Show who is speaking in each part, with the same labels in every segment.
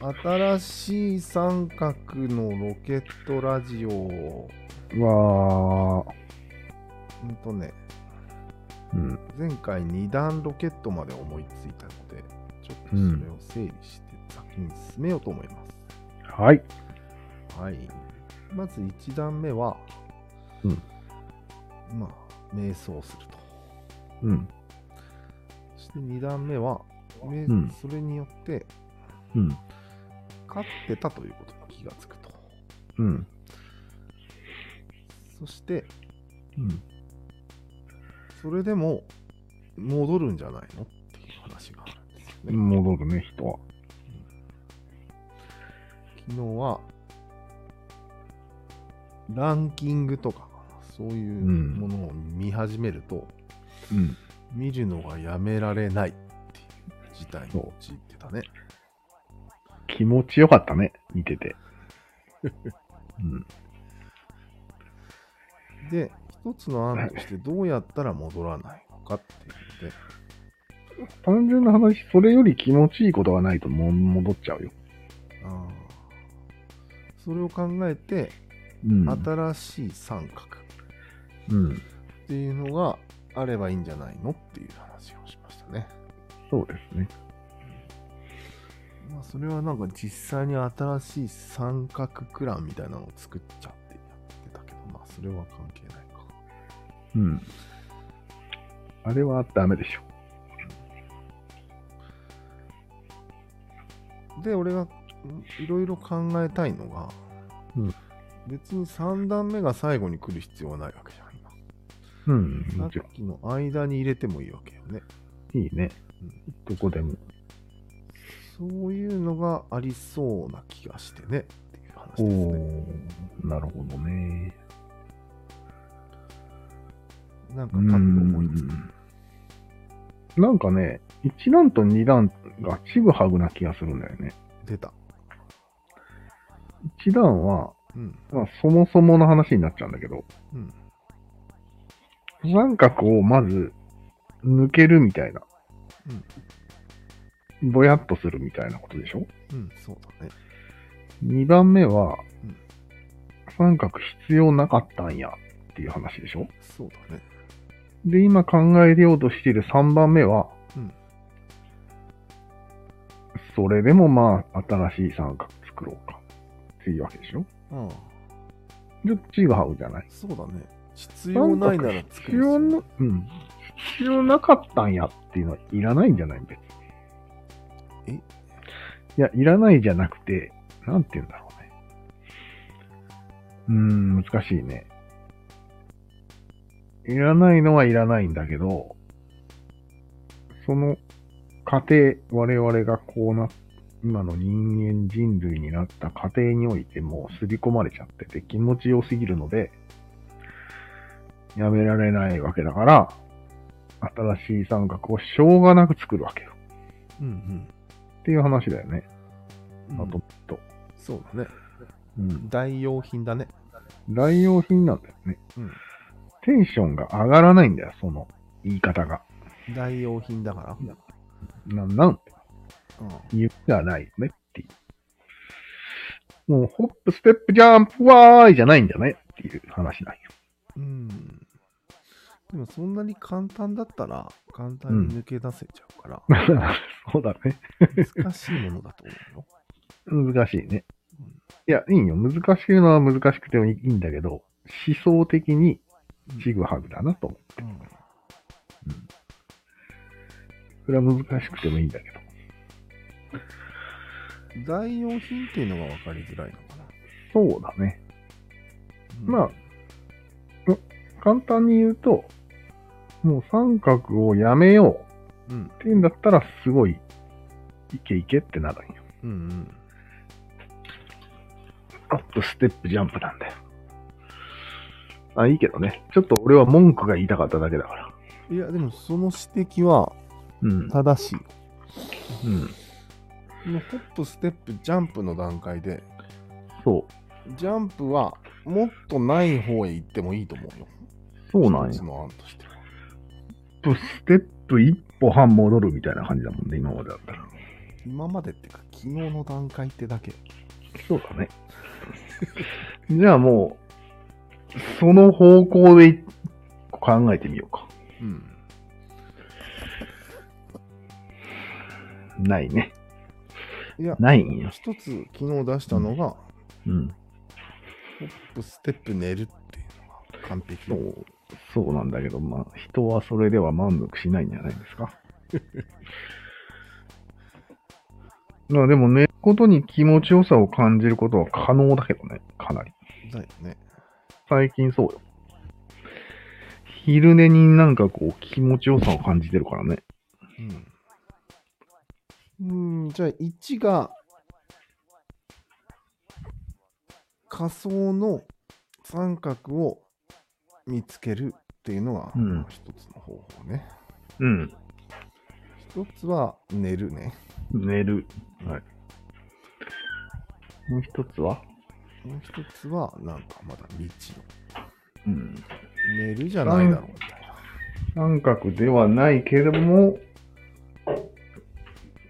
Speaker 1: 新しい三角のロケットラジオ。
Speaker 2: うわー。
Speaker 1: うんとね、
Speaker 2: うん。
Speaker 1: 前回2段ロケットまで思いついたので、ちょっとそれを整理して先に進めようと思います。
Speaker 2: はい。
Speaker 1: はい。まず1段目は、
Speaker 2: うん
Speaker 1: まあ、瞑想すると。
Speaker 2: うん。
Speaker 1: そして2段目は、め
Speaker 2: うん
Speaker 1: それによって、
Speaker 2: うん。
Speaker 1: 勝ってたということに気がつくと。
Speaker 2: うん。
Speaker 1: そして、
Speaker 2: うん。
Speaker 1: それでも戻るんじゃないのっていう話があるんですよね。
Speaker 2: 戻るね、人は。
Speaker 1: 昨日は、ランキングとか、そういう
Speaker 2: うん
Speaker 1: ものを見始めると、
Speaker 2: うん。
Speaker 1: 見るのがやめられないっていう事態に陥ってたね。
Speaker 2: 気持ちよかったね、見てて。うん。
Speaker 1: で、一つの案としてどうやったら戻らないのかっていうので、
Speaker 2: 単純な話、それより気持ちいいことがないともう戻っちゃうよ。
Speaker 1: あーそれを考えて、
Speaker 2: うん
Speaker 1: 新しい三角
Speaker 2: うん。
Speaker 1: っていうのがあればいいんじゃないのっていう話をしましたね。
Speaker 2: そうですね。
Speaker 1: まあ、それはなんか実際に新しい三角クランみたいなのを作っちゃってやってたけど、まあそれは関係ないか。
Speaker 2: うん。あれはダメでしょ。
Speaker 1: で、俺がんいろいろ考えたいのが、
Speaker 2: うん
Speaker 1: 別に3段目が最後に来る必要はないわけじゃん、今。
Speaker 2: うん。
Speaker 1: さ
Speaker 2: も
Speaker 1: っ
Speaker 2: ちろ
Speaker 1: きの間に入れてもいいわけよね。
Speaker 2: ん。いいね
Speaker 1: うん。
Speaker 2: どこでも。
Speaker 1: そういうのがありそうな気がしてねっていう話
Speaker 2: お
Speaker 1: ですね。
Speaker 2: ーなるほどね。
Speaker 1: なんかパッと思いつく。
Speaker 2: うんなんかね、1段と2段がちぐはぐな気がするんだよね。
Speaker 1: 出た。
Speaker 2: 1段は、
Speaker 1: うん。
Speaker 2: まあ、そもそもの話になっちゃうんだけど、
Speaker 1: うん。
Speaker 2: 三角をまず抜けるみたいな。ぼやっとするみたいなことでしょ
Speaker 1: うん、そうだね。
Speaker 2: ?2 番目は
Speaker 1: うん、
Speaker 2: 三角必要なかったんやっていう話でしょ
Speaker 1: そうだね。
Speaker 2: で、今考えようとしている3番目は、
Speaker 1: うん
Speaker 2: それでもまあ、新しい三角作ろうかっていうわけでしょ
Speaker 1: ああ、
Speaker 2: で、ちぐはぐじゃない
Speaker 1: そうだね。必要ないなら作る
Speaker 2: 必
Speaker 1: 必要
Speaker 2: 要
Speaker 1: な
Speaker 2: な、うん。必要なかったんやっていうのはいらないんじゃない別に。
Speaker 1: え
Speaker 2: いや、いらないじゃなくて、なんて言うんだろうね。うーん、難しいね。いらないのはいらないんだけど、その過程、我々がこうな、今の人間人類になった過程においてもう刷り込まれちゃってて気持ちよすぎるので、やめられないわけだから、新しい三角をしょうがなく作るわけよ。
Speaker 1: うん
Speaker 2: っていう話だよね。
Speaker 1: うん。
Speaker 2: まとめると。
Speaker 1: そうだね。
Speaker 2: うん。
Speaker 1: 代用品だね。
Speaker 2: 代用品なんだよね。
Speaker 1: うん
Speaker 2: テンションが上がらないんだよ、その言い方が。
Speaker 1: 代用品だから。
Speaker 2: なんなん
Speaker 1: うん
Speaker 2: 夢がないよねっていう。もう、ホップ、ステップ、ジャンプ、わーいじゃないんだよねっていう話なんよ。
Speaker 1: うん。でもそんなに簡単だったら簡単に抜け出せちゃうから、
Speaker 2: そうだね。
Speaker 1: 難しいものだと思う よ。
Speaker 2: 難しいね
Speaker 1: うん。
Speaker 2: いや、いいよ。難しいのは難しくてもいいんだけど、思想的に
Speaker 1: うん
Speaker 2: ちぐはぐだなと思う。
Speaker 1: うん
Speaker 2: それは難しくてもいいんだけど。
Speaker 1: 代用品っていうのが分かりづらいのかな。
Speaker 2: そうだね。
Speaker 1: うん
Speaker 2: まあ、簡単に言うと、もう三角をやめよう
Speaker 1: うん
Speaker 2: っていうんだったら、すごい、いけいけってなるんよ。
Speaker 1: うんうん。
Speaker 2: アップ、ステップ、ジャンプなんだよ。あ、いいけどね。ちょっと俺は文句が言いたかっただけだから。
Speaker 1: いや、でもその指摘は
Speaker 2: うん。
Speaker 1: 正しい。
Speaker 2: うん。
Speaker 1: このホップ、ステップ、ジャンプの段階で、
Speaker 2: そう。
Speaker 1: ジャンプはもっとない方へ行ってもいいと思うよ。
Speaker 2: そうなん
Speaker 1: 一
Speaker 2: よ
Speaker 1: つ。の案としては。
Speaker 2: アップ、ステップ、一歩半戻るみたいな感じだもんね、今までだったら。
Speaker 1: 今までってか、昨日の段階ってだけ。
Speaker 2: そうだね。 じゃあもう、その方向でい考えてみようか。
Speaker 1: うん。
Speaker 2: ないね。
Speaker 1: いや、
Speaker 2: ないんよ。
Speaker 1: 一つ昨日出したのが、
Speaker 2: うん。
Speaker 1: ホップ、ステップ、寝るっていうのが完璧
Speaker 2: そ。う、そうなんだけど、まあ、人はそれでは満足しないんじゃないですか。 まあでも寝ることに気持ちよさを感じることは可能だけどね、かなり。
Speaker 1: だよね。
Speaker 2: 最近そうよ。昼寝になんかこう気持ちよさを感じてるからね。
Speaker 1: うん。うん、じゃあ1が仮想の三角を見つけるっていうのが
Speaker 2: うん
Speaker 1: 一つの方法ね。
Speaker 2: うん。
Speaker 1: 一つは寝るね。
Speaker 2: 寝る。はい。もう一つは
Speaker 1: もう一つはなんかまだ未知の。
Speaker 2: うん。
Speaker 1: 寝るじゃないだろうみたいな。
Speaker 2: 三角ではないけれども、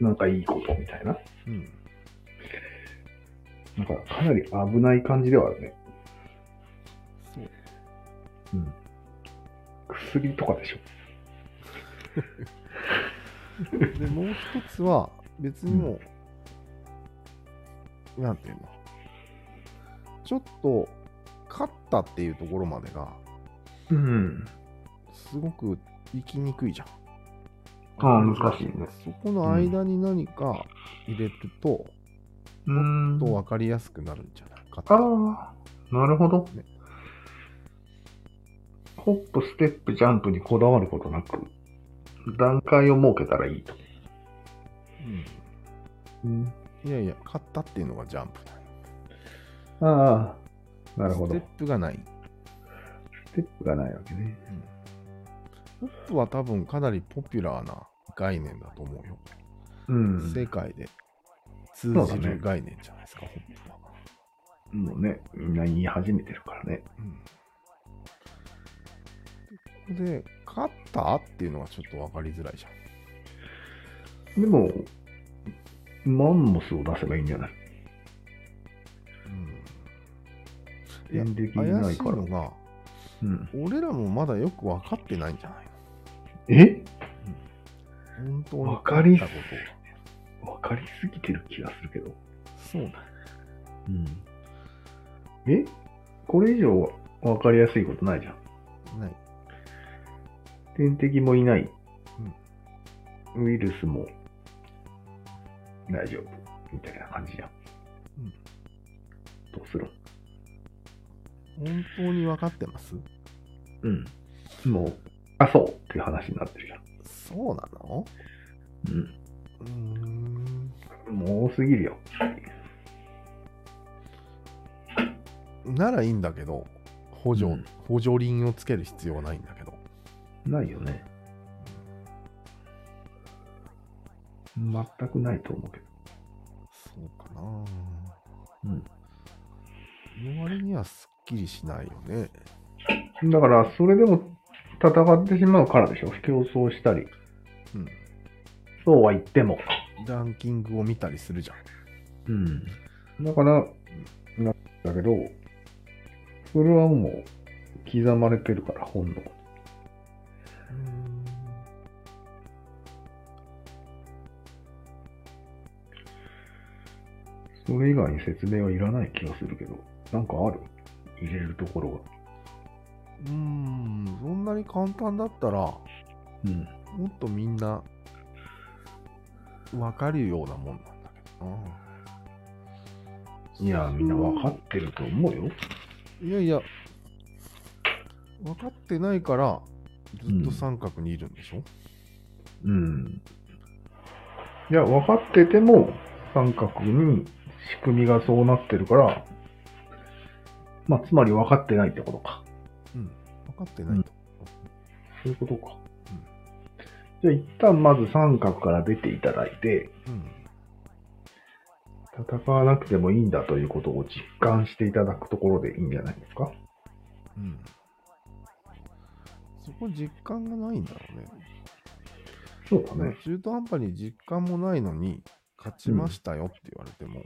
Speaker 2: なんかいいことみたいな。
Speaker 1: うん。
Speaker 2: なんかかなり危ない感じではあるね。
Speaker 1: そう。
Speaker 2: うん。薬とかでしょ。
Speaker 1: で、もう一つは、別にもう、なんていうの、ちょっと、勝ったっていうところまでが、
Speaker 2: うん。
Speaker 1: すごく行きにくいじゃん。
Speaker 2: ああ、難しいね。
Speaker 1: そこの間に何か入れると、
Speaker 2: う
Speaker 1: も
Speaker 2: ん
Speaker 1: っと分かりやすくなるんじゃないか
Speaker 2: あ
Speaker 1: と。
Speaker 2: あ、なるほど。
Speaker 1: ね
Speaker 2: ホップ、ステップ、ジャンプにこだわることなく、段階を設けたらいいと。うん、
Speaker 1: うん、いやいや、勝ったっていうのがジャンプだよ
Speaker 2: ああ、なるほど。
Speaker 1: ステップがない。
Speaker 2: ステップがないわけね。
Speaker 1: ホップは多分かなりポピュラーな概念だと思うよ。
Speaker 2: うん。
Speaker 1: 世界で通
Speaker 2: そうだ
Speaker 1: じ
Speaker 2: ね
Speaker 1: る概念じゃないですか、ホップは。
Speaker 2: もうね、みんな言い始めてるからね。
Speaker 1: うんで、勝ったっていうのがちょっと分かりづらいじゃん。
Speaker 2: でも、マンモスを出せばいいんじゃない
Speaker 1: いや
Speaker 2: 演劇
Speaker 1: う
Speaker 2: に
Speaker 1: ん、
Speaker 2: な
Speaker 1: 怪
Speaker 2: い
Speaker 1: しい
Speaker 2: から。
Speaker 1: のが、
Speaker 2: うん、
Speaker 1: 俺らもまだよく分かってないんじゃない
Speaker 2: え
Speaker 1: の本当に
Speaker 2: 分かり
Speaker 1: 勝ったこと
Speaker 2: わかりすぎてる気がするけど。
Speaker 1: をそうだ。
Speaker 2: うん、えこれ以上わかりやすいことないじゃん。
Speaker 1: ない。
Speaker 2: 天敵もいない。ウイルスも大丈夫。みたいな感じじゃん。
Speaker 1: うん
Speaker 2: どうする
Speaker 1: 本当に分かってます
Speaker 2: うん。もう、あ、そうっていう話になってるじゃ
Speaker 1: そうなの
Speaker 2: ん。
Speaker 1: うーん。
Speaker 2: うん。もう多すぎるよ。
Speaker 1: ならいいんだけど、補助、
Speaker 2: うん
Speaker 1: 補助輪をつける必要はないんだけど。
Speaker 2: ないよね。全くないと思うけど。
Speaker 1: そうかな
Speaker 2: うん。
Speaker 1: の割にはすっきりしないよね。
Speaker 2: だから、それでも戦ってしまうからでしょ。競争したり。
Speaker 1: うん。
Speaker 2: そうは言っても。
Speaker 1: ランキングを見たりするじゃん。
Speaker 2: うん。だから、なんだけど、それはもう、刻まれてるから、本能。それ以外に説明はいらない気がするけど、なんかある入れるところが。
Speaker 1: うーん、そんなに簡単だったら、も
Speaker 2: うん。
Speaker 1: っとみんな、わかるようなもんなんだけどな。
Speaker 2: いや、みんなわかってると思うよ。
Speaker 1: いやいや、分かってないから、ずっと三角にいるんでしょ、
Speaker 2: うん。いや、分かってても、三角に仕組みがそうなってるから、まあ、つまり分かってないってことか。
Speaker 1: うん、分かってないと。
Speaker 2: そういうことか。じゃあ、一旦まず三角から出ていただいて、
Speaker 1: うん。
Speaker 2: 戦わなくてもいいんだということを実感していただくところでいいんじゃないですか。
Speaker 1: うん。そこ実感がないんだろうね。
Speaker 2: そうだね。
Speaker 1: 中途半端に実感もないのに、勝ちましたよって言われても、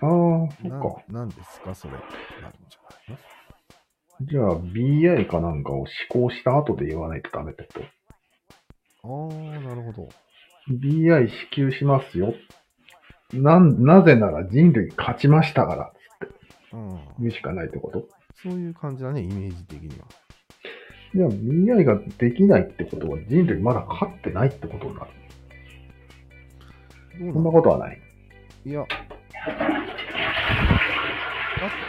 Speaker 2: ああ、そっ
Speaker 1: な
Speaker 2: か。
Speaker 1: 何ですかそれってなるんじゃない
Speaker 2: じゃあ BI かなんかを試行した後で言わないとダメってこと
Speaker 1: のああ、なるほど。
Speaker 2: BI 支給しますよ。なん、なぜなら人類勝ちましたから、
Speaker 1: うん、
Speaker 2: 言うしかないってこと
Speaker 1: そういう感じだね、イメージ的には。
Speaker 2: じゃあ BI ができないってことは人類まだ勝ってないってことになる。
Speaker 1: どうな
Speaker 2: そんな
Speaker 1: の
Speaker 2: ことはない。
Speaker 1: いや、勝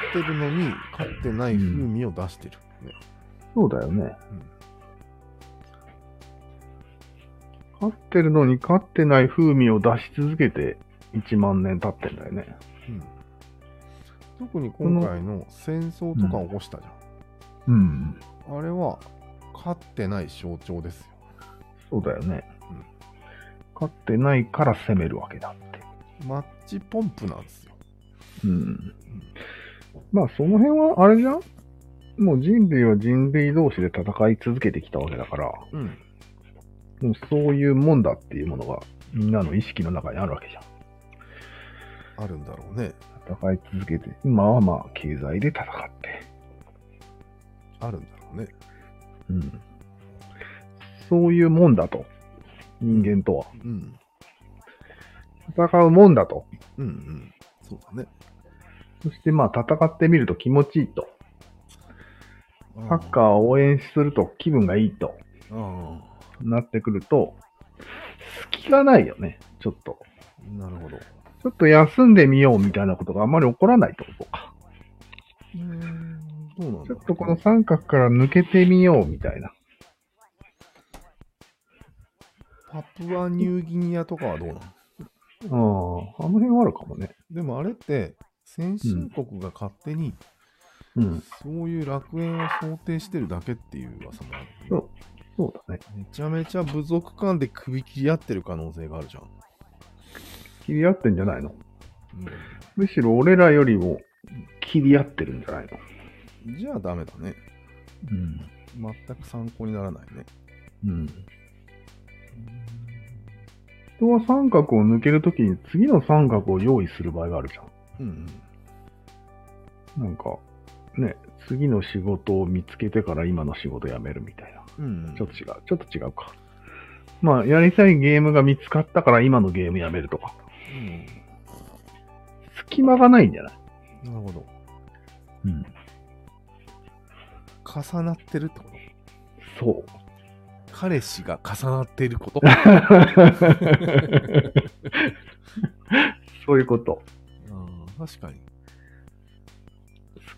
Speaker 1: ってるのに、勝ってない風味を出してる、ね
Speaker 2: そうだよね
Speaker 1: うん。
Speaker 2: 勝ってるのに勝ってない風味を出し続けて1万年経ってんだよね。
Speaker 1: うん。特に今回の戦争とか起こしたじ
Speaker 2: うん。
Speaker 1: ゃん。あれは、勝ってない象徴ですよ。
Speaker 2: そうだよね
Speaker 1: うん。
Speaker 2: 勝ってないから攻めるわけだって。
Speaker 1: マッチポンプなんですよ。
Speaker 2: うん。まあその辺はあれじゃんもう人類は人類同士で戦い続けてきたわけだから、
Speaker 1: うん。
Speaker 2: もうそういうもんだっていうものがみんなの意識の中にあるわけじゃん。
Speaker 1: あるんだろうね。
Speaker 2: 戦い続けて、今はまあ経済で戦って。
Speaker 1: あるんだろうね。
Speaker 2: うん。そういうもんだと。人間とは。
Speaker 1: うん。
Speaker 2: 戦うもんだと。
Speaker 1: うんうん。そうだね。
Speaker 2: そしてまあ戦ってみると気持ちいいと。サッカーを応援すると気分がいいと
Speaker 1: ー。あ
Speaker 2: なってくると、隙がないよね。ちょっと。
Speaker 1: あ。なるほど。
Speaker 2: ちょっと休んでみようみたいなことがあまり起こらないってことか。
Speaker 1: うーん。どうなんだろうね
Speaker 2: ちょっとこの三角から抜けてみようみたいな。
Speaker 1: パプアニューギニアとかはどうなの
Speaker 2: うん。あの辺はあるかもね。
Speaker 1: でもあれって、先進国が勝手に、
Speaker 2: うん。
Speaker 1: そういう楽園を想定してるだけっていう噂もある、
Speaker 2: そうそうだね。
Speaker 1: めちゃめちゃ部族間で首切り合ってる可能性があるじゃん。
Speaker 2: 切り合ってんじゃないのむしろ俺らよりも切り合ってるんじゃないの
Speaker 1: うんじゃあダメだね。
Speaker 2: うん。
Speaker 1: 全く参考にならないね。
Speaker 2: うん。人は三角を抜けるときに次の三角を用意する場合があるじゃ
Speaker 1: うんうん。
Speaker 2: ん。なんか、ね、次の仕事を見つけてから今の仕事辞めるみたいな。
Speaker 1: うんうん
Speaker 2: ちょっと違う。ちょっと違うか。まあ、やりたいゲームが見つかったから今のゲームやめるとか。
Speaker 1: うん
Speaker 2: 隙間がないんじゃない
Speaker 1: なるほど。
Speaker 2: うん。
Speaker 1: 重なってるってこと
Speaker 2: そう。
Speaker 1: 彼氏が重なっていること。
Speaker 2: そういうこと。
Speaker 1: うん確かに。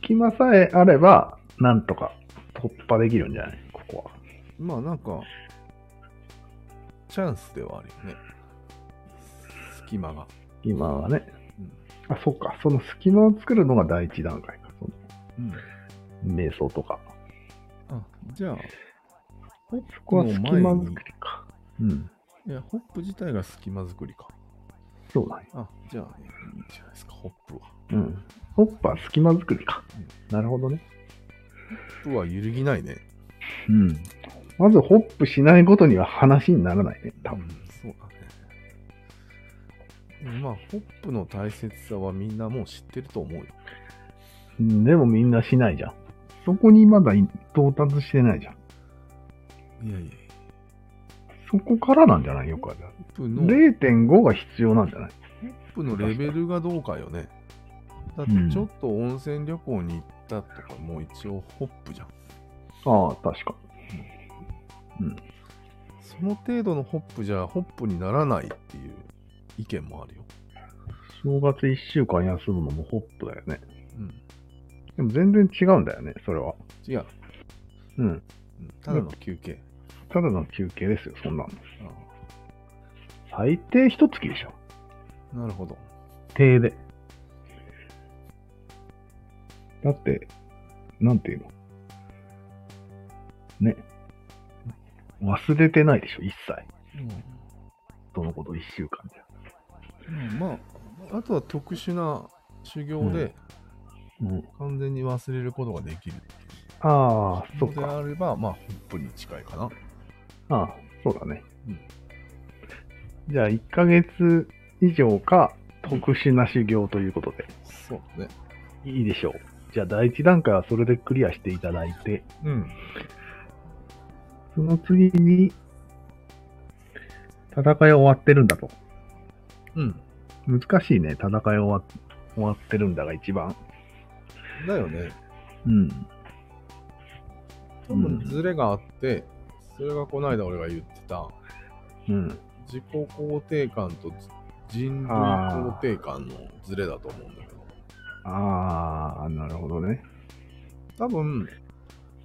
Speaker 2: 隙間さえあれば、なんとか突破できるんじゃないここは。
Speaker 1: まあなんか、チャンスではあるよね。隙間が。
Speaker 2: 今はね。
Speaker 1: うん
Speaker 2: あ、そうか。その隙間を作るのが第一段階か。そ
Speaker 1: うん、
Speaker 2: の瞑想とか。
Speaker 1: あじゃあ、
Speaker 2: そこは隙間作りか。うん。
Speaker 1: いや、ホップ自体が隙間作りか。
Speaker 2: そうだね。
Speaker 1: あ、じゃあ、いいじゃないですか、ホップは。
Speaker 2: うん。ホッパー隙間作りか。なるほどね。
Speaker 1: ホップは揺るぎないね。
Speaker 2: うん。まずホップしないことには話にならないね。多
Speaker 1: う
Speaker 2: 分。
Speaker 1: ん、そうだね。でもまあ、ホップの大切さはみんなもう知ってると思うよ。
Speaker 2: うんでもみんなしないじゃん。そこにまだ到達してないじゃん。
Speaker 1: いやいや、
Speaker 2: そこからなんじゃないよくある。
Speaker 1: ホップの、ホッ
Speaker 2: 0.5が必要なんじゃない
Speaker 1: プのレベルがどうかよね。だって
Speaker 2: うん、
Speaker 1: ちょっと温泉旅行に行ったとか、もう一応ホップじゃん。
Speaker 2: ああ、確か。
Speaker 1: その程度のホップじゃ、ホップにならないっていう意見もあるよ。
Speaker 2: 正月1週間休むのもホップだよね。
Speaker 1: うん。
Speaker 2: でも全然違うんだよね、それは。
Speaker 1: 違う。
Speaker 2: うん。
Speaker 1: うんただの休憩。
Speaker 2: ただの休憩ですよ、そんなの。
Speaker 1: あ
Speaker 2: 最低一月でしょ。
Speaker 1: あなるほど。
Speaker 2: 低で。だって、なんていうのね。忘れてないでしょ、一切。
Speaker 1: う
Speaker 2: そのこと一週間で。
Speaker 1: ん、まああとは特殊な修行で
Speaker 2: うん。
Speaker 1: 完全に忘れることができる
Speaker 2: ああ、そ
Speaker 1: の
Speaker 2: う
Speaker 1: で
Speaker 2: か。
Speaker 1: あれば、まあホップに近いかな
Speaker 2: ああ、そうだね。
Speaker 1: うん
Speaker 2: じゃあ、1ヶ月以以上か、特殊な修行ということで、
Speaker 1: そうね。
Speaker 2: いいでしょう。じゃあ、第一段階はそれでクリアしていただいて、
Speaker 1: うん。
Speaker 2: その次に、戦い終わってるんだと。
Speaker 1: うん。
Speaker 2: 難しいね、戦い終わ終わってるんだが一番。
Speaker 1: だよね。
Speaker 2: うん。
Speaker 1: 多分ズレがあって、それがこの間俺が言ってた、
Speaker 2: うん。
Speaker 1: 自己肯定感と人類肯定感のズレだと思うんだけど。
Speaker 2: ああ、なるほどね。
Speaker 1: 多分、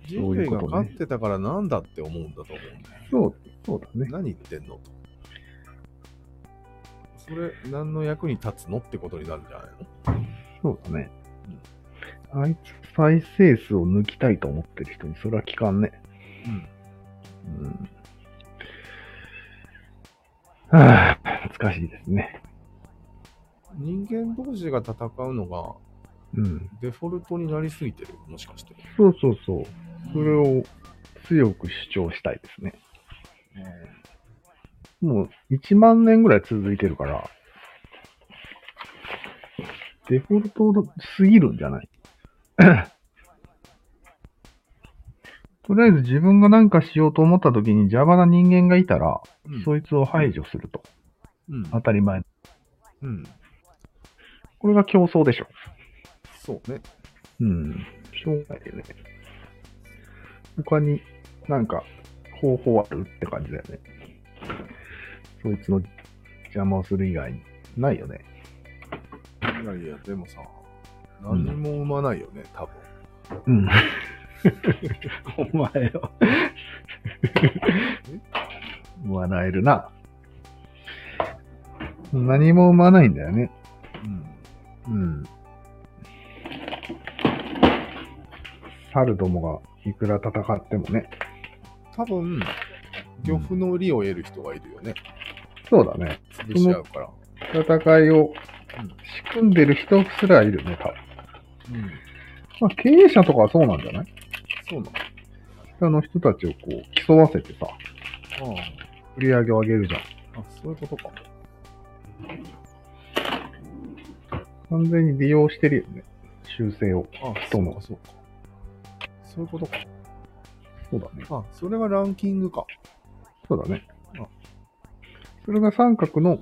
Speaker 1: 人
Speaker 2: うい
Speaker 1: 類
Speaker 2: うこ
Speaker 1: が
Speaker 2: とね
Speaker 1: 勝ってたからなんだって思うんだと思うんだよ。
Speaker 2: そう、そうだね。
Speaker 1: 何言ってんのと。それ、何の役に立つのってことになるんじゃないの
Speaker 2: そうだね。あいつ再生数を抜きたいと思ってる人にそれは効かんね。
Speaker 1: うん。
Speaker 2: うん。はあ、難しいですね。
Speaker 1: 人間同士が戦うのが
Speaker 2: うん。
Speaker 1: デフォルトになりすぎてるもしかして。
Speaker 2: そうそうそう。それを強く主張したいですね。もう1万年ぐらい続いてるから、デフォルトすぎるんじゃない とりあえず自分が何かしようと思った時に邪魔な人間がいたら、
Speaker 1: うん。
Speaker 2: そいつを排除すると。
Speaker 1: うん。
Speaker 2: 当たり前。
Speaker 1: うん。
Speaker 2: これが競争でしょ。
Speaker 1: そうね。
Speaker 2: うん。しょうがないよね。他になんか方法あるって感じだよね。そいつの邪魔をする以外に。ないよね。
Speaker 1: いやいや、でもさ、何も生まないよね、多分。
Speaker 2: うん。お前よ。笑えるな。何も生まないんだよね。
Speaker 1: うん。
Speaker 2: うん。猿どもがいくら戦ってもね。
Speaker 1: 多分、漁夫の利を得る人がいるよね。
Speaker 2: そうだね。
Speaker 1: 潰し合うから。
Speaker 2: 戦いを仕組んでる人すらいるね、多分。
Speaker 1: うん。
Speaker 2: まあ、経営者とかはそうなんじゃない
Speaker 1: そうな
Speaker 2: あの人たちをこう競わせてさ、
Speaker 1: の。あ
Speaker 2: 売り上げを上げるじゃん。
Speaker 1: あ。あ、そういうことか。
Speaker 2: 完全に利用してるよね。修正を。
Speaker 1: あ、そ
Speaker 2: 人
Speaker 1: う
Speaker 2: の
Speaker 1: か、そうか。そういうことか。
Speaker 2: そうだね。
Speaker 1: あ、それがランキングか。
Speaker 2: そうだね
Speaker 1: うん。
Speaker 2: それが三角の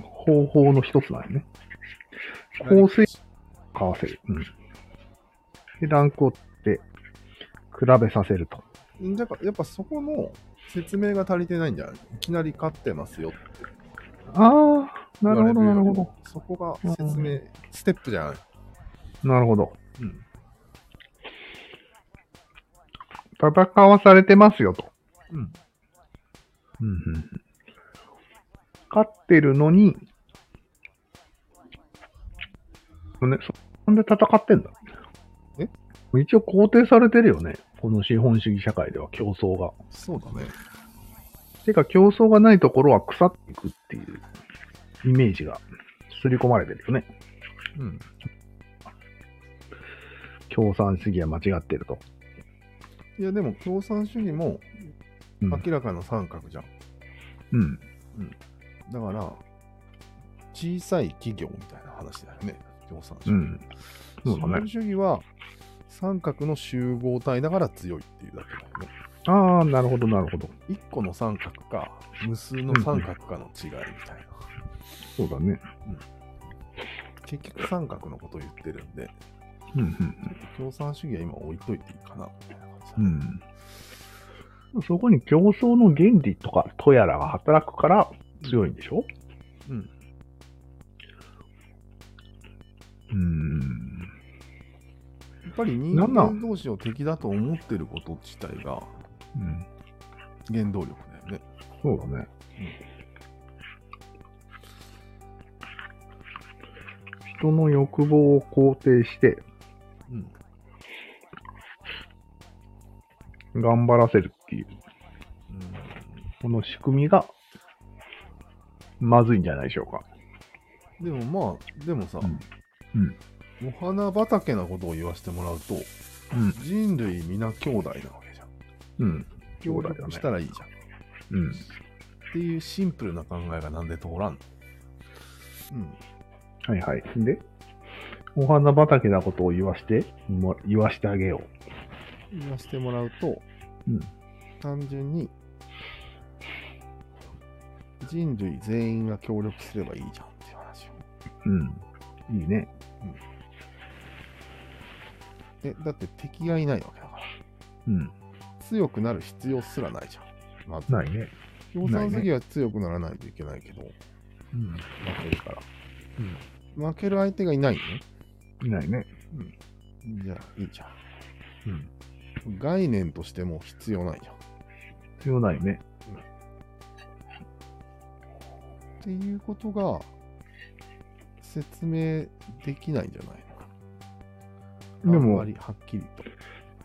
Speaker 2: 方法の一つなんよね。構成を買わせる。うん。で、ランクを追って、比べさせると。
Speaker 1: だから、やっぱそこの説明が足りてないんじゃないいきなり勝ってますよって
Speaker 2: ああ、
Speaker 1: 言
Speaker 2: な
Speaker 1: わ
Speaker 2: る
Speaker 1: れ
Speaker 2: ほど、
Speaker 1: るよ
Speaker 2: な
Speaker 1: りも
Speaker 2: るほど。
Speaker 1: そこが説明、ステップじゃない。
Speaker 2: なるほど。
Speaker 1: うん。
Speaker 2: 戦わされてますよと。
Speaker 1: うん。
Speaker 2: うんうんうん勝ってるのに、ね、そなんで戦ってんだ
Speaker 1: え
Speaker 2: 一応肯定されてるよね。この資本主義社会では競争が。
Speaker 1: そうだね。
Speaker 2: てか競争がないところは腐っていくっていうイメージが刷り込まれてるよね。
Speaker 1: うん。
Speaker 2: 共産主義は間違ってると。
Speaker 1: いや、でも共産主義も
Speaker 2: うん。
Speaker 1: 明らかな三角じゃん。
Speaker 2: うん、
Speaker 1: だから、小さい企業みたいな話だよね。共産主
Speaker 2: う
Speaker 1: 義。
Speaker 2: ん。そうだ
Speaker 1: 資
Speaker 2: ね
Speaker 1: 本主義は三角の集合体だから強いっていうだけだよね。
Speaker 2: ああ、なるほど、なるほど。
Speaker 1: 一個の三角か、無数の三角かの違いみたいな。
Speaker 2: そうだね。
Speaker 1: 結局三角のことを言ってるんで、
Speaker 2: うん、うん、
Speaker 1: 共産主義は今置いといていいかな、みたいな感じだ
Speaker 2: う
Speaker 1: ね。
Speaker 2: ん。そこに競争の原理とか、とやらが働くから強いんでしょ
Speaker 1: うん。
Speaker 2: うーん。
Speaker 1: やっぱり人
Speaker 2: なんな
Speaker 1: 間
Speaker 2: ん
Speaker 1: 同士を敵だと思ってること自体が
Speaker 2: うん。
Speaker 1: 原動力だよね。
Speaker 2: そうだね。人の欲望を肯定して
Speaker 1: うん。
Speaker 2: 頑張らせるっていう、この仕組みが、まずいんじゃないでしょうか。
Speaker 1: うん、でもまあ、でもさ、
Speaker 2: うんうん
Speaker 1: お花畑なことを言わせてもらうと、
Speaker 2: うん。
Speaker 1: 人類皆兄弟なわけじゃん。
Speaker 2: うん。
Speaker 1: 協
Speaker 2: そうだよ
Speaker 1: 力
Speaker 2: ね
Speaker 1: したらいいじゃん。っ
Speaker 2: うん。
Speaker 1: ていうシンプルな考えがなんで通らんのうん。
Speaker 2: はいはい。で、お花畑なことを言わして、も言わしてあげよ
Speaker 1: 言わしてもらうと、
Speaker 2: うん
Speaker 1: 単純に人類全員が協力すればいいじゃんっていう話を
Speaker 2: う。うん。いいね。
Speaker 1: えだって敵がいないわけだから
Speaker 2: うん。
Speaker 1: 強くなる必要すらないじゃんまず
Speaker 2: ないね。
Speaker 1: 共産主義は強くならないといけないけど
Speaker 2: うん。
Speaker 1: 負けるから、負ける相手がいないね
Speaker 2: いないね。
Speaker 1: じゃあいいじゃ
Speaker 2: うん。
Speaker 1: ん概念としてもう必要ないじゃん
Speaker 2: 必要ないね。
Speaker 1: っていうことが説明できないんじゃない
Speaker 2: で
Speaker 1: のあん
Speaker 2: も
Speaker 1: ま、りはっきりと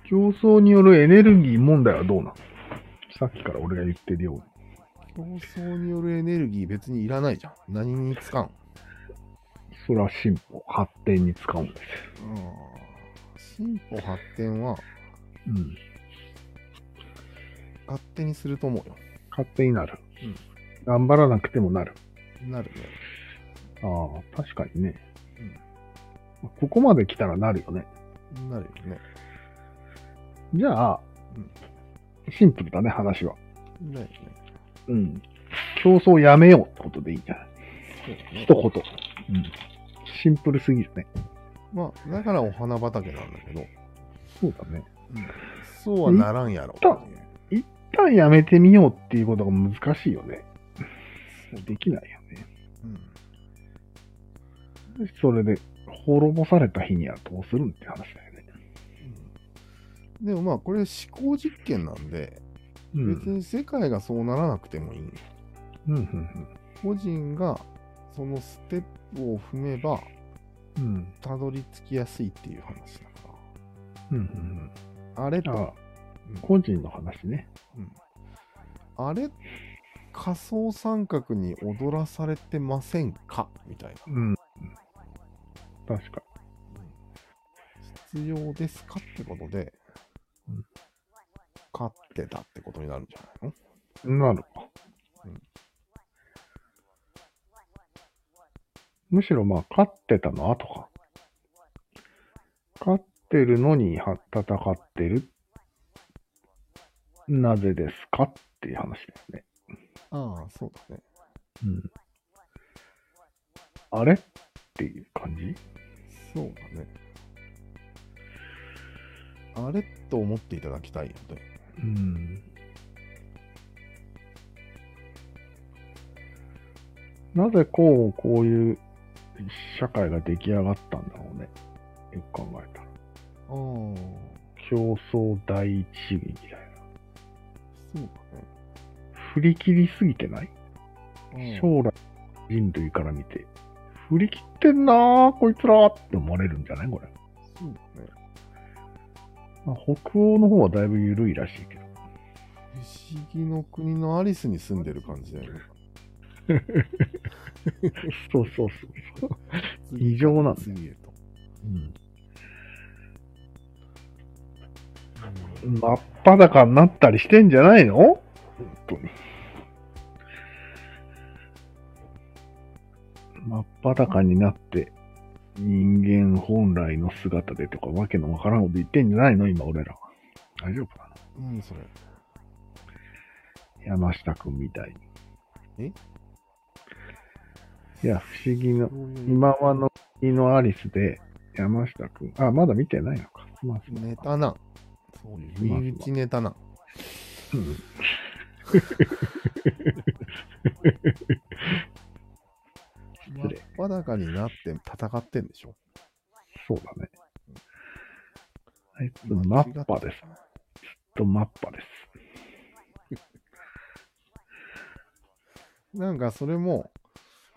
Speaker 2: 競争によるエネルギー問題はどうなのさっきから俺が言ってるように。
Speaker 1: 競争によるエネルギー別にいらないじゃん。何に使うん
Speaker 2: それは進歩、発展に使うんですよ。
Speaker 1: 進歩発展は
Speaker 2: うん。
Speaker 1: 勝手にすると思うよ。
Speaker 2: 勝手になる。頑張らなくてもなる。
Speaker 1: なるね。
Speaker 2: ああ、確かにね。ここまで来たらなるよね。
Speaker 1: なるよね。
Speaker 2: じゃあ、
Speaker 1: うん
Speaker 2: シンプルだね、話は。
Speaker 1: なるよね。
Speaker 2: うん。競争やめようってことでいいんじゃない
Speaker 1: そうだね
Speaker 2: 一言。うん。シンプルすぎるね。
Speaker 1: まあ、だからお花畑なんだけど、
Speaker 2: そうだね。
Speaker 1: そうはならんやろっていう。
Speaker 2: 一旦やめてみようっていうことが難しいよね。できないよね。
Speaker 1: うん
Speaker 2: それで、滅ぼされた日にはどうするんって話だよね。
Speaker 1: うんでもまあ、これ思考実験なんで、
Speaker 2: う
Speaker 1: 別に世界がそうならなくてもいいの。
Speaker 2: うん、うん、
Speaker 1: 個人がそのステップを踏めば、
Speaker 2: うん。うん、
Speaker 1: たどり着きやすいっていう話だか
Speaker 2: うん、うん。
Speaker 1: ら。あれと
Speaker 2: ああ
Speaker 1: うん、
Speaker 2: 個人の話ね。
Speaker 1: あれ仮想三角に踊らされてませんかみたいな。
Speaker 2: うん。確か。
Speaker 1: 必要ですかってことで
Speaker 2: うん、
Speaker 1: 勝ってたってことになるんじゃないの
Speaker 2: なるか。
Speaker 1: うん
Speaker 2: むしろまあ、勝ってたの後か。勝ってるのには戦ってる。なぜですかっていう話ですね。
Speaker 1: ああ、そうだね。
Speaker 2: うん。あれっていう感じ
Speaker 1: そうだね。あれと思っていただきたいよね。
Speaker 2: うん。なぜこう、こういう社会が出来上がったんだろうね。よく考えたら。
Speaker 1: ああ、そう
Speaker 2: 競争第一主義みたい
Speaker 1: だね
Speaker 2: な。振り切りすぎてない、
Speaker 1: うん。
Speaker 2: 将来人類から見て。振り切ってんなーこいつらって思われるんじゃないこれ。
Speaker 1: そうだね。
Speaker 2: まあ、北欧の方はだいぶ緩いらしいけど。
Speaker 1: 不思議の国のアリスに住んでる感じだよね。
Speaker 2: そうそうそうそう。異常なんだよ。
Speaker 1: 次へと。
Speaker 2: うん真っ裸になったりしてんじゃないの本当に。真っ裸になって、人間本来の姿でとか、わけのわからんこと言ってんじゃないの今、俺らは。大丈夫か
Speaker 1: うん、それ。
Speaker 2: な山下くんみたいに。
Speaker 1: え
Speaker 2: いや、不思議な。
Speaker 1: そういう
Speaker 2: 今はの国のアリスで、山下くん。あ、まだ見てないのか。まあ、そう
Speaker 1: ネタなん。そういう。
Speaker 2: まあ
Speaker 1: 身内ネタなん。
Speaker 2: うん
Speaker 1: 真っ
Speaker 2: 礼
Speaker 1: 裸になって戦ってんでしょ。
Speaker 2: そうだね。あいつ、マッパです。ずっとマッパです。
Speaker 1: なんかそれも、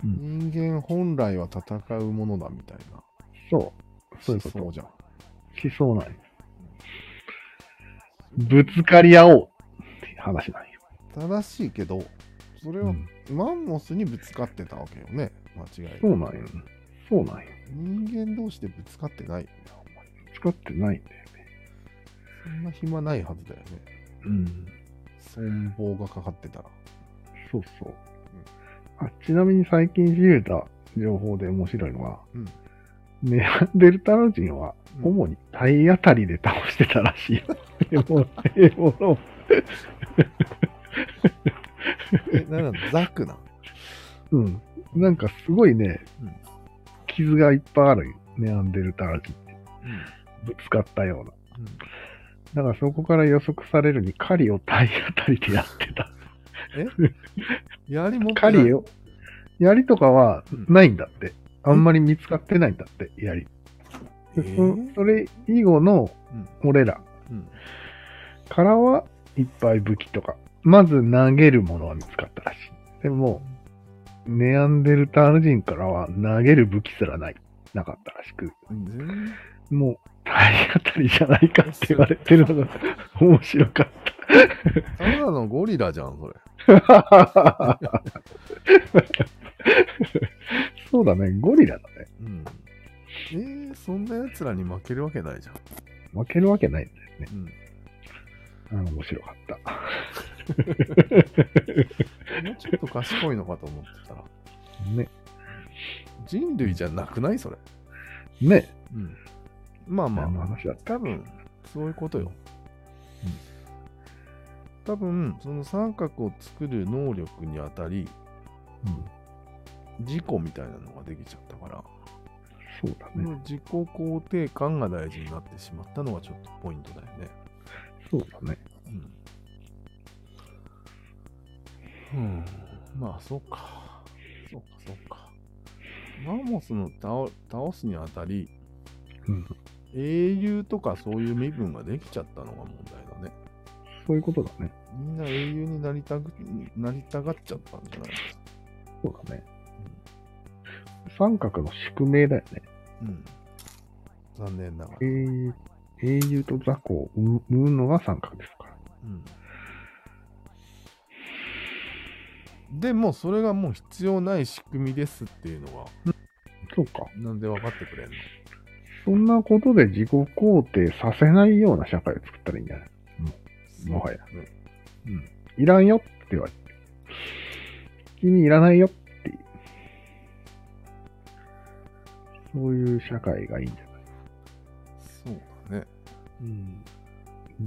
Speaker 2: う
Speaker 1: 人間本来は戦うものだみたいな
Speaker 2: そう。そうい
Speaker 1: 思
Speaker 2: うこと
Speaker 1: 想じゃん。
Speaker 2: しそうなんよぶつかり合おうって話なんよ。
Speaker 1: 正しいけど、それ
Speaker 2: う
Speaker 1: は
Speaker 2: ん
Speaker 1: マンモスにぶつかってたわけよね。間違い
Speaker 2: そう
Speaker 1: な
Speaker 2: なん
Speaker 1: く
Speaker 2: よ。そうなんよ。
Speaker 1: 人間同士でぶつかってないよね。あんまり
Speaker 2: 使ってないんだよね。
Speaker 1: そんな暇ないはずだよね。
Speaker 2: うん。
Speaker 1: 存亡がかかってたら。
Speaker 2: そうそう。あちなみに最近知れた情報で面白いのは、
Speaker 1: うん
Speaker 2: ネアンデルタル人は
Speaker 1: うん
Speaker 2: 主に体当たりで倒してたら しいよ。獲物獲物を
Speaker 1: え、なんだ、ザクなの
Speaker 2: うん。なんかすごいね、
Speaker 1: うん
Speaker 2: 傷がいっぱいあるよネアンデルタル人って。ぶつかったよ
Speaker 1: う
Speaker 2: うな。
Speaker 1: ん。うん
Speaker 2: だからそこから予測されるに狩りを体当たりでやってた。
Speaker 1: 槍持ってない
Speaker 2: 狩りを、槍とかはないんだって。
Speaker 1: ん
Speaker 2: あんまり見つかってないんだって、槍。
Speaker 1: え
Speaker 2: そ
Speaker 1: ー
Speaker 2: それ以後の
Speaker 1: うん。
Speaker 2: 俺ら
Speaker 1: うん。
Speaker 2: からはいっぱい武器とか。まず投げるものは見つかったらしい。でも、ネアンデルタール人からは投げる武器すらない。なかったらしく。
Speaker 1: 全然
Speaker 2: もう体当たりじゃないか って言われてるのが面白かっ
Speaker 1: た
Speaker 2: た
Speaker 1: だのゴリラじゃん、それ。
Speaker 2: そうだね、ゴリラだね。
Speaker 1: うん。えー、そんな奴らに負けるわけないじゃん。
Speaker 2: 負けるわけないんだよね。
Speaker 1: うん。
Speaker 2: あの面白かった。
Speaker 1: もうちょっと賢いのかと思ってたら。
Speaker 2: ね。
Speaker 1: 人類じゃなくないそれ。
Speaker 2: ね。
Speaker 1: うん。まあまあ
Speaker 2: 何の
Speaker 1: まあ、
Speaker 2: 話だった
Speaker 1: 多分、そういうことよ。多分、その三角を作る能力にあたり、
Speaker 2: うん、
Speaker 1: 自己みたいなのができちゃったから、
Speaker 2: そうだ
Speaker 1: こ
Speaker 2: ね。
Speaker 1: の自己肯定感が大事になってしまったのがちょっとポイントだよね。
Speaker 2: そうだね。
Speaker 1: うん。うん、まあ、そうか。そうか、そうか。マンモスの倒倒すにあたり、
Speaker 2: うん
Speaker 1: 英雄とかそういう身分ができちゃったのが問題だね。
Speaker 2: そういうことだね。
Speaker 1: みんな英雄になりたくなりたがっちゃったんじゃないですか。
Speaker 2: そうだね。三角の宿命だよね。
Speaker 1: うん。残念ながら。
Speaker 2: 英雄英雄と雑魚を生むのが三角ですから。
Speaker 1: うん、でもそれがもう必要ない仕組みですっていうのは
Speaker 2: そうか。
Speaker 1: なんで分かってくれんの
Speaker 2: そんなことで自己肯定させないような社会を作ったらいいんじゃないもはや。うん。いらんよって言われて。君いらないよっていう。そういう社会がいいんじゃない
Speaker 1: そうだね。
Speaker 2: うん。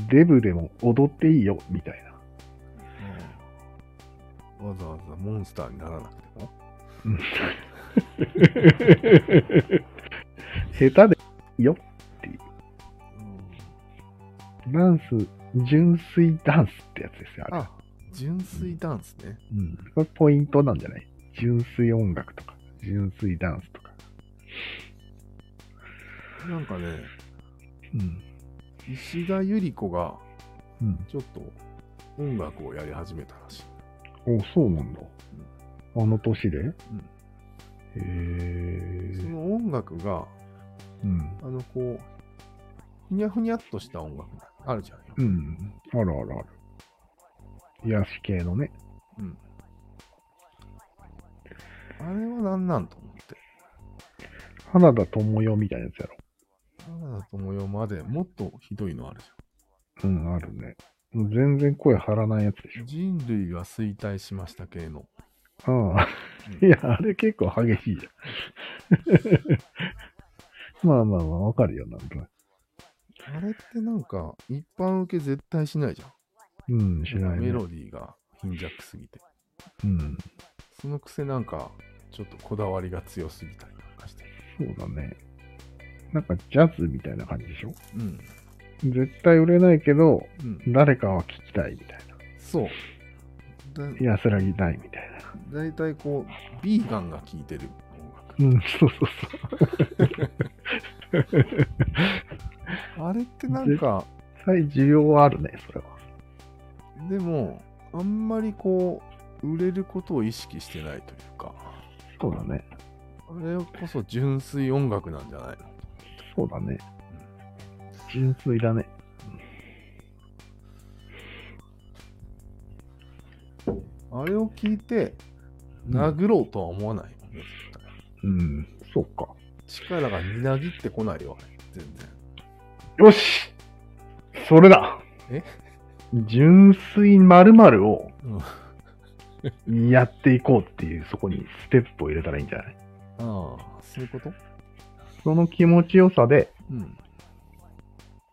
Speaker 2: デブでも踊っていいよ、みたい
Speaker 1: うん
Speaker 2: な。
Speaker 1: わざわざモンスターにならなくても。
Speaker 2: 下手でいいよ。ダンス、純粋ダンスってやつですよ、あれ。
Speaker 1: あ、純粋ダンスね。
Speaker 2: うん。これポイントなんじゃない純粋音楽とか、純粋ダンスとか。
Speaker 1: なんかね、
Speaker 2: うん。
Speaker 1: 石田ゆり子が
Speaker 2: うん。
Speaker 1: ちょっと音楽をやり始めたらしい。
Speaker 2: お、そうなんだ。あの年でうんへ
Speaker 1: そ
Speaker 2: え。
Speaker 1: の音楽が、
Speaker 2: うん。
Speaker 1: あの、こう、ふにゃふにゃっとした音楽あるじゃんよ。
Speaker 2: うん。あるあるある。癒し系のね。
Speaker 1: うん。あれは何なんと思って。
Speaker 2: 花田智代みたいなやつやろ。
Speaker 1: 花田智代までもっとひどいのあるじ
Speaker 2: うん、あるね。もう全然声張らないやつでし
Speaker 1: ゃ
Speaker 2: ょ
Speaker 1: ん。人類が衰退しました系の。。
Speaker 2: うん。
Speaker 1: うん
Speaker 2: いや、あれ結構激しいじゃん。まあまあまあ、わかるよ、なんとなく。
Speaker 1: あれってなんか、一般受け絶対しないじゃん。
Speaker 2: うん、知らない、
Speaker 1: メ
Speaker 2: ね。
Speaker 1: ロディーが貧弱すぎて。
Speaker 2: うん。
Speaker 1: そのくせなんか、ちょっとこだわりが強すぎたりなんかして。
Speaker 2: そうだね。なんかジャズみたいな感じでしょ
Speaker 1: うん。
Speaker 2: 絶対売れないけど、
Speaker 1: うん。
Speaker 2: 誰かは聴きたいみたい
Speaker 1: そう。だ
Speaker 2: な。安らぎたいみたいな。
Speaker 1: だいたいこう、ビーガンが聴いてる音楽。
Speaker 2: うん、そうそうそう。
Speaker 1: あれってなんか、
Speaker 2: 絶対需要はあるね、それは。
Speaker 1: でも、あんまりこう、売れることを意識してないというか、
Speaker 2: そうだね。
Speaker 1: あれこそ純粋音楽なんじゃないの
Speaker 2: そうだね。純粋だね。
Speaker 1: あれを聞いて、
Speaker 2: な
Speaker 1: 殴ろうとは思わないもんね、絶対
Speaker 2: うん、そうか。
Speaker 1: 力がみなぎってこないよ、あれ全然。
Speaker 2: よしそれだ
Speaker 1: え
Speaker 2: 純粋〇〇を
Speaker 1: うん
Speaker 2: やっていこうっていう、そこにステップを入れたらいいんじゃない
Speaker 1: ああ、そういうこと
Speaker 2: その気持ちよさで、
Speaker 1: うん。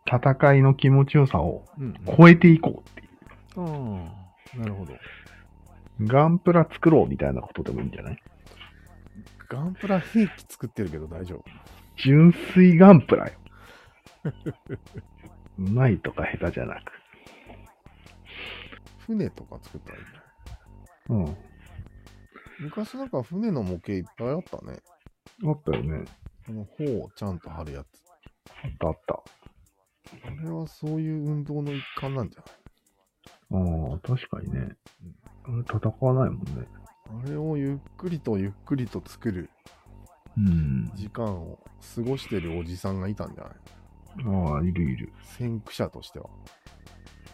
Speaker 2: 戦いの気持ちよさを
Speaker 1: うん。
Speaker 2: 超えていこうってい
Speaker 1: ああ、なるほど。
Speaker 2: う。ガンプラ作ろうみたいなことでもいいんじゃない
Speaker 1: ガンプラ兵器作ってるけど大丈夫。
Speaker 2: 純粋ガンプラよ。 うまいとか下手じゃなく。
Speaker 1: 船とか作ったらいいんじゃない
Speaker 2: うん。あ
Speaker 1: 昔なんか船の模型いっぱいあったね。
Speaker 2: ったよね。
Speaker 1: この頬をちゃんと張るやつ。
Speaker 2: あったあった。
Speaker 1: これはそういう運動の一環なんじゃ
Speaker 2: ああ、確かにね。あれ戦わないもんね。
Speaker 1: ないあれをゆっくりとゆっくりと作る
Speaker 2: うん
Speaker 1: 時間を過ごしてるおじさんがいたんじゃない
Speaker 2: ああ、いるいる。
Speaker 1: 先駆者としては。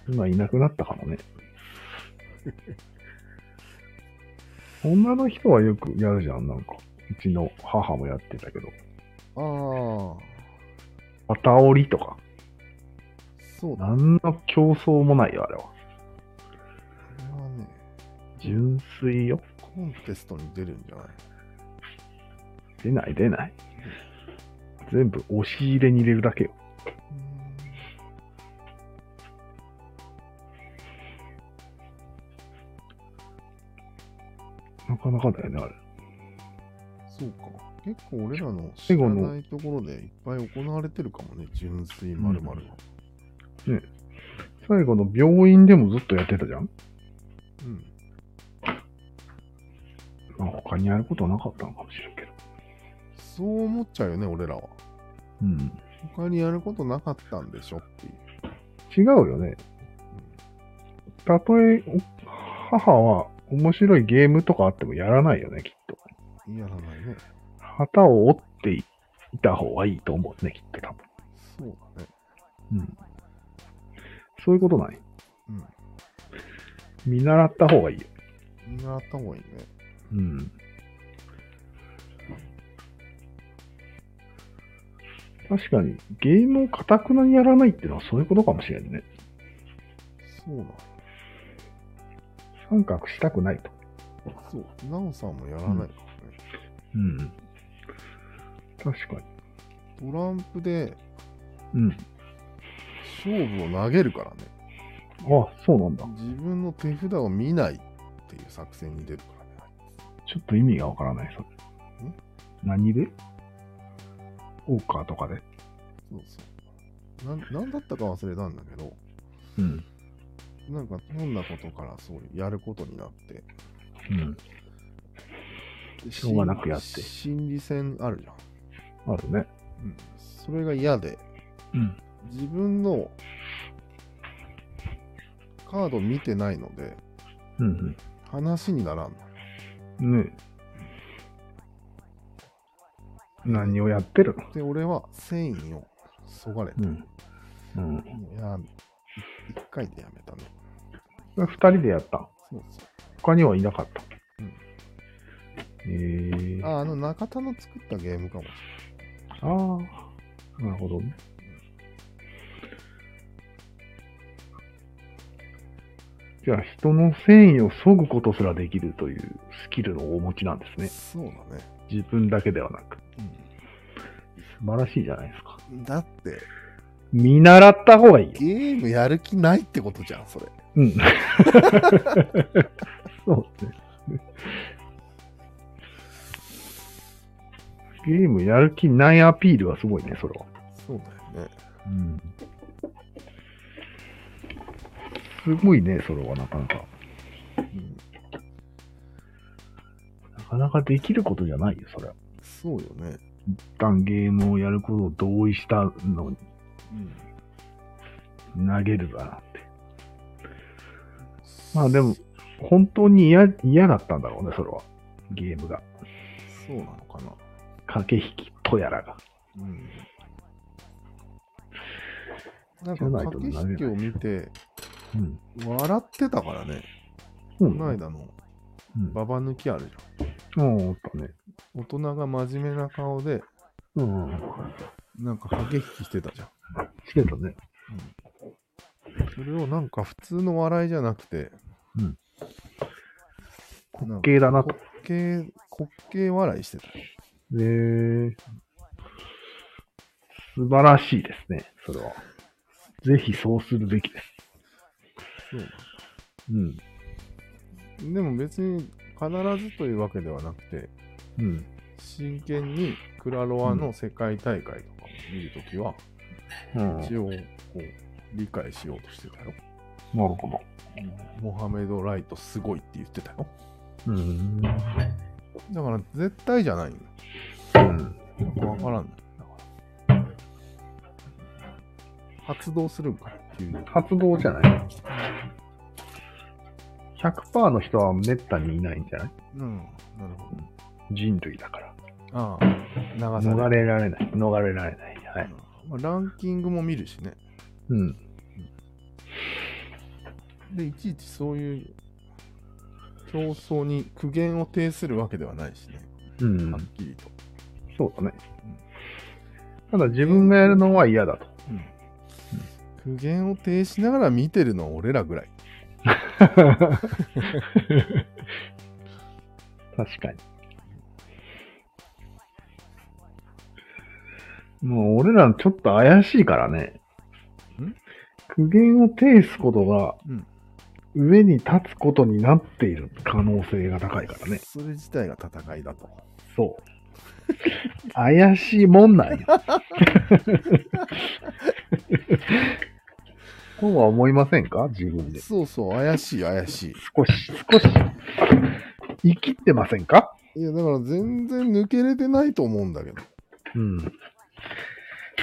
Speaker 2: 今いなくなったかも ね。女の人はよくやるじゃん、なんか。うちの母もやってたけど。
Speaker 1: ああ、
Speaker 2: 旗折りとか。
Speaker 1: そうだ。
Speaker 2: 何の競争もないよ、あれは。
Speaker 1: これはね、
Speaker 2: 純粋よ。
Speaker 1: コンテストに出るんじゃない
Speaker 2: 出ない、出ない。全部押し入れに入れるだけよ。なかなかだよね、あれ。
Speaker 1: そうか。結構俺らの知
Speaker 2: 最後
Speaker 1: ら
Speaker 2: の
Speaker 1: ないところでいっぱい行われてるかもね、純粋まるまるは。
Speaker 2: 最後の病院でもずっとやってたじゃん。
Speaker 1: うん。
Speaker 2: まあ、他にやることなかったのかもしれんけど。
Speaker 1: そう思っちゃうよね、俺らは。
Speaker 2: うん。
Speaker 1: 他にやることなかったんでしょっていう。
Speaker 2: 違うよね。たとえ、お母は面白いゲームとかあってもやらないよね、きっと。
Speaker 1: うんやらないね。
Speaker 2: 旗を折っていた方がいいと思うね、きっと多分。
Speaker 1: そうだね。
Speaker 2: うん。そういうことない。
Speaker 1: う
Speaker 2: 見習った方がいいよ。
Speaker 1: ん。見習った方がいいね。
Speaker 2: うん。確かに、ゲームをかたくなにやらないっていうのはそういうことかもしれんね。
Speaker 1: そうなん
Speaker 2: 三角したくないと。
Speaker 1: だ。そう。なおさんもやらないからね。
Speaker 2: うん。確かに。
Speaker 1: トランプで
Speaker 2: うん。
Speaker 1: 勝負を投げるからね。
Speaker 2: あ、そうなんだ。
Speaker 1: 自分の手札を見ないっていう作戦に出るからね。
Speaker 2: ちょっと意味がわからない、それ。何でポーカーとかで
Speaker 1: そうそう。なんなんだったか忘れたんだけど、
Speaker 2: うん。
Speaker 1: なんかひょんなことからそうやることになって、
Speaker 2: うん。
Speaker 1: で
Speaker 2: しょうがなくやって
Speaker 1: 心心理戦あるじゃん。
Speaker 2: あるね。
Speaker 1: うん、それが嫌で、
Speaker 2: うん。
Speaker 1: 自分のカード見てないので、
Speaker 2: うん、
Speaker 1: 話にならんの。
Speaker 2: うん。ねえ何をやってるの
Speaker 1: で、俺は繊維をそがれて、
Speaker 2: うん。うん。
Speaker 1: もうやめ一回でやめたね。
Speaker 2: 二人でやった。
Speaker 1: そうそう。
Speaker 2: 他にはいなかった。
Speaker 1: うん
Speaker 2: えー。
Speaker 1: あ、あの中田の作ったゲームかもし
Speaker 2: ああ、なるほどね。じゃあ、人の繊維を削ぐことすらできるというスキルのお持ちなんです
Speaker 1: れない。
Speaker 2: ね。
Speaker 1: そうだね。
Speaker 2: 自分だけではなく。素晴らしいじゃないですか。
Speaker 1: うん、だって、
Speaker 2: 見習った方がいいよ。
Speaker 1: ゲームやる気ないってことじゃん、それ。
Speaker 2: うん。 そうですね。ゲームやる気ないアピールはすごいね、それは。
Speaker 1: そうだよね。
Speaker 2: うんすごいね、それはなかなか。
Speaker 1: うん、
Speaker 2: なかなかできることじゃないよ、それは。
Speaker 1: そうよね。
Speaker 2: 一旦ゲームをやることを同意したのに
Speaker 1: うん、
Speaker 2: 投げるだなんて。まあでも、本当に嫌嫌だったんだろうね、それは。ゲームが。
Speaker 1: そうなのかな。
Speaker 2: 駆け引きとやらが。
Speaker 1: うん。なん
Speaker 2: じゃ
Speaker 1: か
Speaker 2: ないと
Speaker 1: 駆け
Speaker 2: 投げ
Speaker 1: 引き
Speaker 2: れ
Speaker 1: を見て、
Speaker 2: うん。
Speaker 1: 笑ってたからね。
Speaker 2: う
Speaker 1: こ
Speaker 2: ん。
Speaker 1: の間の
Speaker 2: うん。
Speaker 1: ババ抜きあるじ
Speaker 2: うん、あったね。
Speaker 1: ゃん。大人が真面目な顔で、
Speaker 2: うん。
Speaker 1: なんか駆け引きしてたじゃん。
Speaker 2: してたね。
Speaker 1: それをなんか普通の笑いじゃなくて、
Speaker 2: うん
Speaker 1: なんか
Speaker 2: ゲーだなと
Speaker 1: 滑。稽、滑稽笑いしてたよ。
Speaker 2: ねえ。素晴らしいですね、それは。ぜひそうするべきです。
Speaker 1: そうなんだ
Speaker 2: うん。
Speaker 1: でも別に必ずというわけではなくて、
Speaker 2: うん。
Speaker 1: 真剣にクラロワの世界大会とかを見るときは、
Speaker 2: うん、な
Speaker 1: 一
Speaker 2: る
Speaker 1: 応こう理解しようとしてたよ。
Speaker 2: ほど。
Speaker 1: モハメド・ライトすごいって言ってたよ。
Speaker 2: うん。
Speaker 1: だから絶対じゃないの。
Speaker 2: うん。
Speaker 1: わからんの。だから発動するんかい急に。
Speaker 2: 発動じゃない ?100% の人は滅多にいないんじゃない
Speaker 1: うん、なるほど。
Speaker 2: 人類だから。
Speaker 1: ああ、流さ
Speaker 2: 逃
Speaker 1: れる。
Speaker 2: れられない。逃れられない。はい。
Speaker 1: まあランキングも見るしね。
Speaker 2: うん。
Speaker 1: で、いちいちそういう競争に苦言を呈するわけではないしね。
Speaker 2: うん
Speaker 1: はっ。きりと。
Speaker 2: そうだね。ただ自分がやるのは嫌だと。
Speaker 1: 苦言を呈しながら見てるのは俺らぐらい。
Speaker 2: 確かに。もう俺らちょっと怪しいからね
Speaker 1: ん。
Speaker 2: 苦言を呈すことが
Speaker 1: うん、
Speaker 2: 上に立つことになっている可能性が高いからね。
Speaker 1: それ自体が戦いだと。
Speaker 2: そう。怪しいもんな んや。そうは思いませんか自分で。
Speaker 1: そうそう、怪しい怪し
Speaker 2: 少し、少し、生きってませんか
Speaker 1: い。いや、だから全然抜けれてないと思うんだけど。
Speaker 2: うん。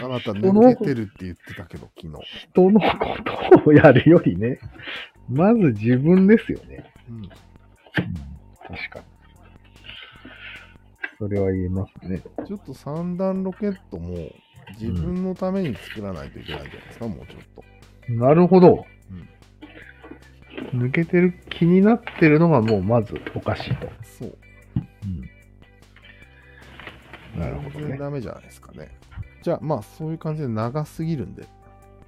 Speaker 1: あなた抜けてるって言ってたけど、昨日。
Speaker 2: 人のことをやるよりね、まず自分ですよね。
Speaker 1: うん
Speaker 2: 確かに。それは言えますね。
Speaker 1: ちょっと三段ロケットも自分のために作らないといけないんじゃないですか、もうちょっと。
Speaker 2: なるほど。抜けてる気になってるのがもうまずおかしいと。
Speaker 1: そう。
Speaker 2: なるほど
Speaker 1: 全然
Speaker 2: ね。
Speaker 1: ダメじゃないですかね。じゃあ、まあそういう感じで長すぎるんで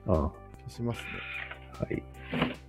Speaker 2: ああは
Speaker 1: 消しますね。
Speaker 2: い。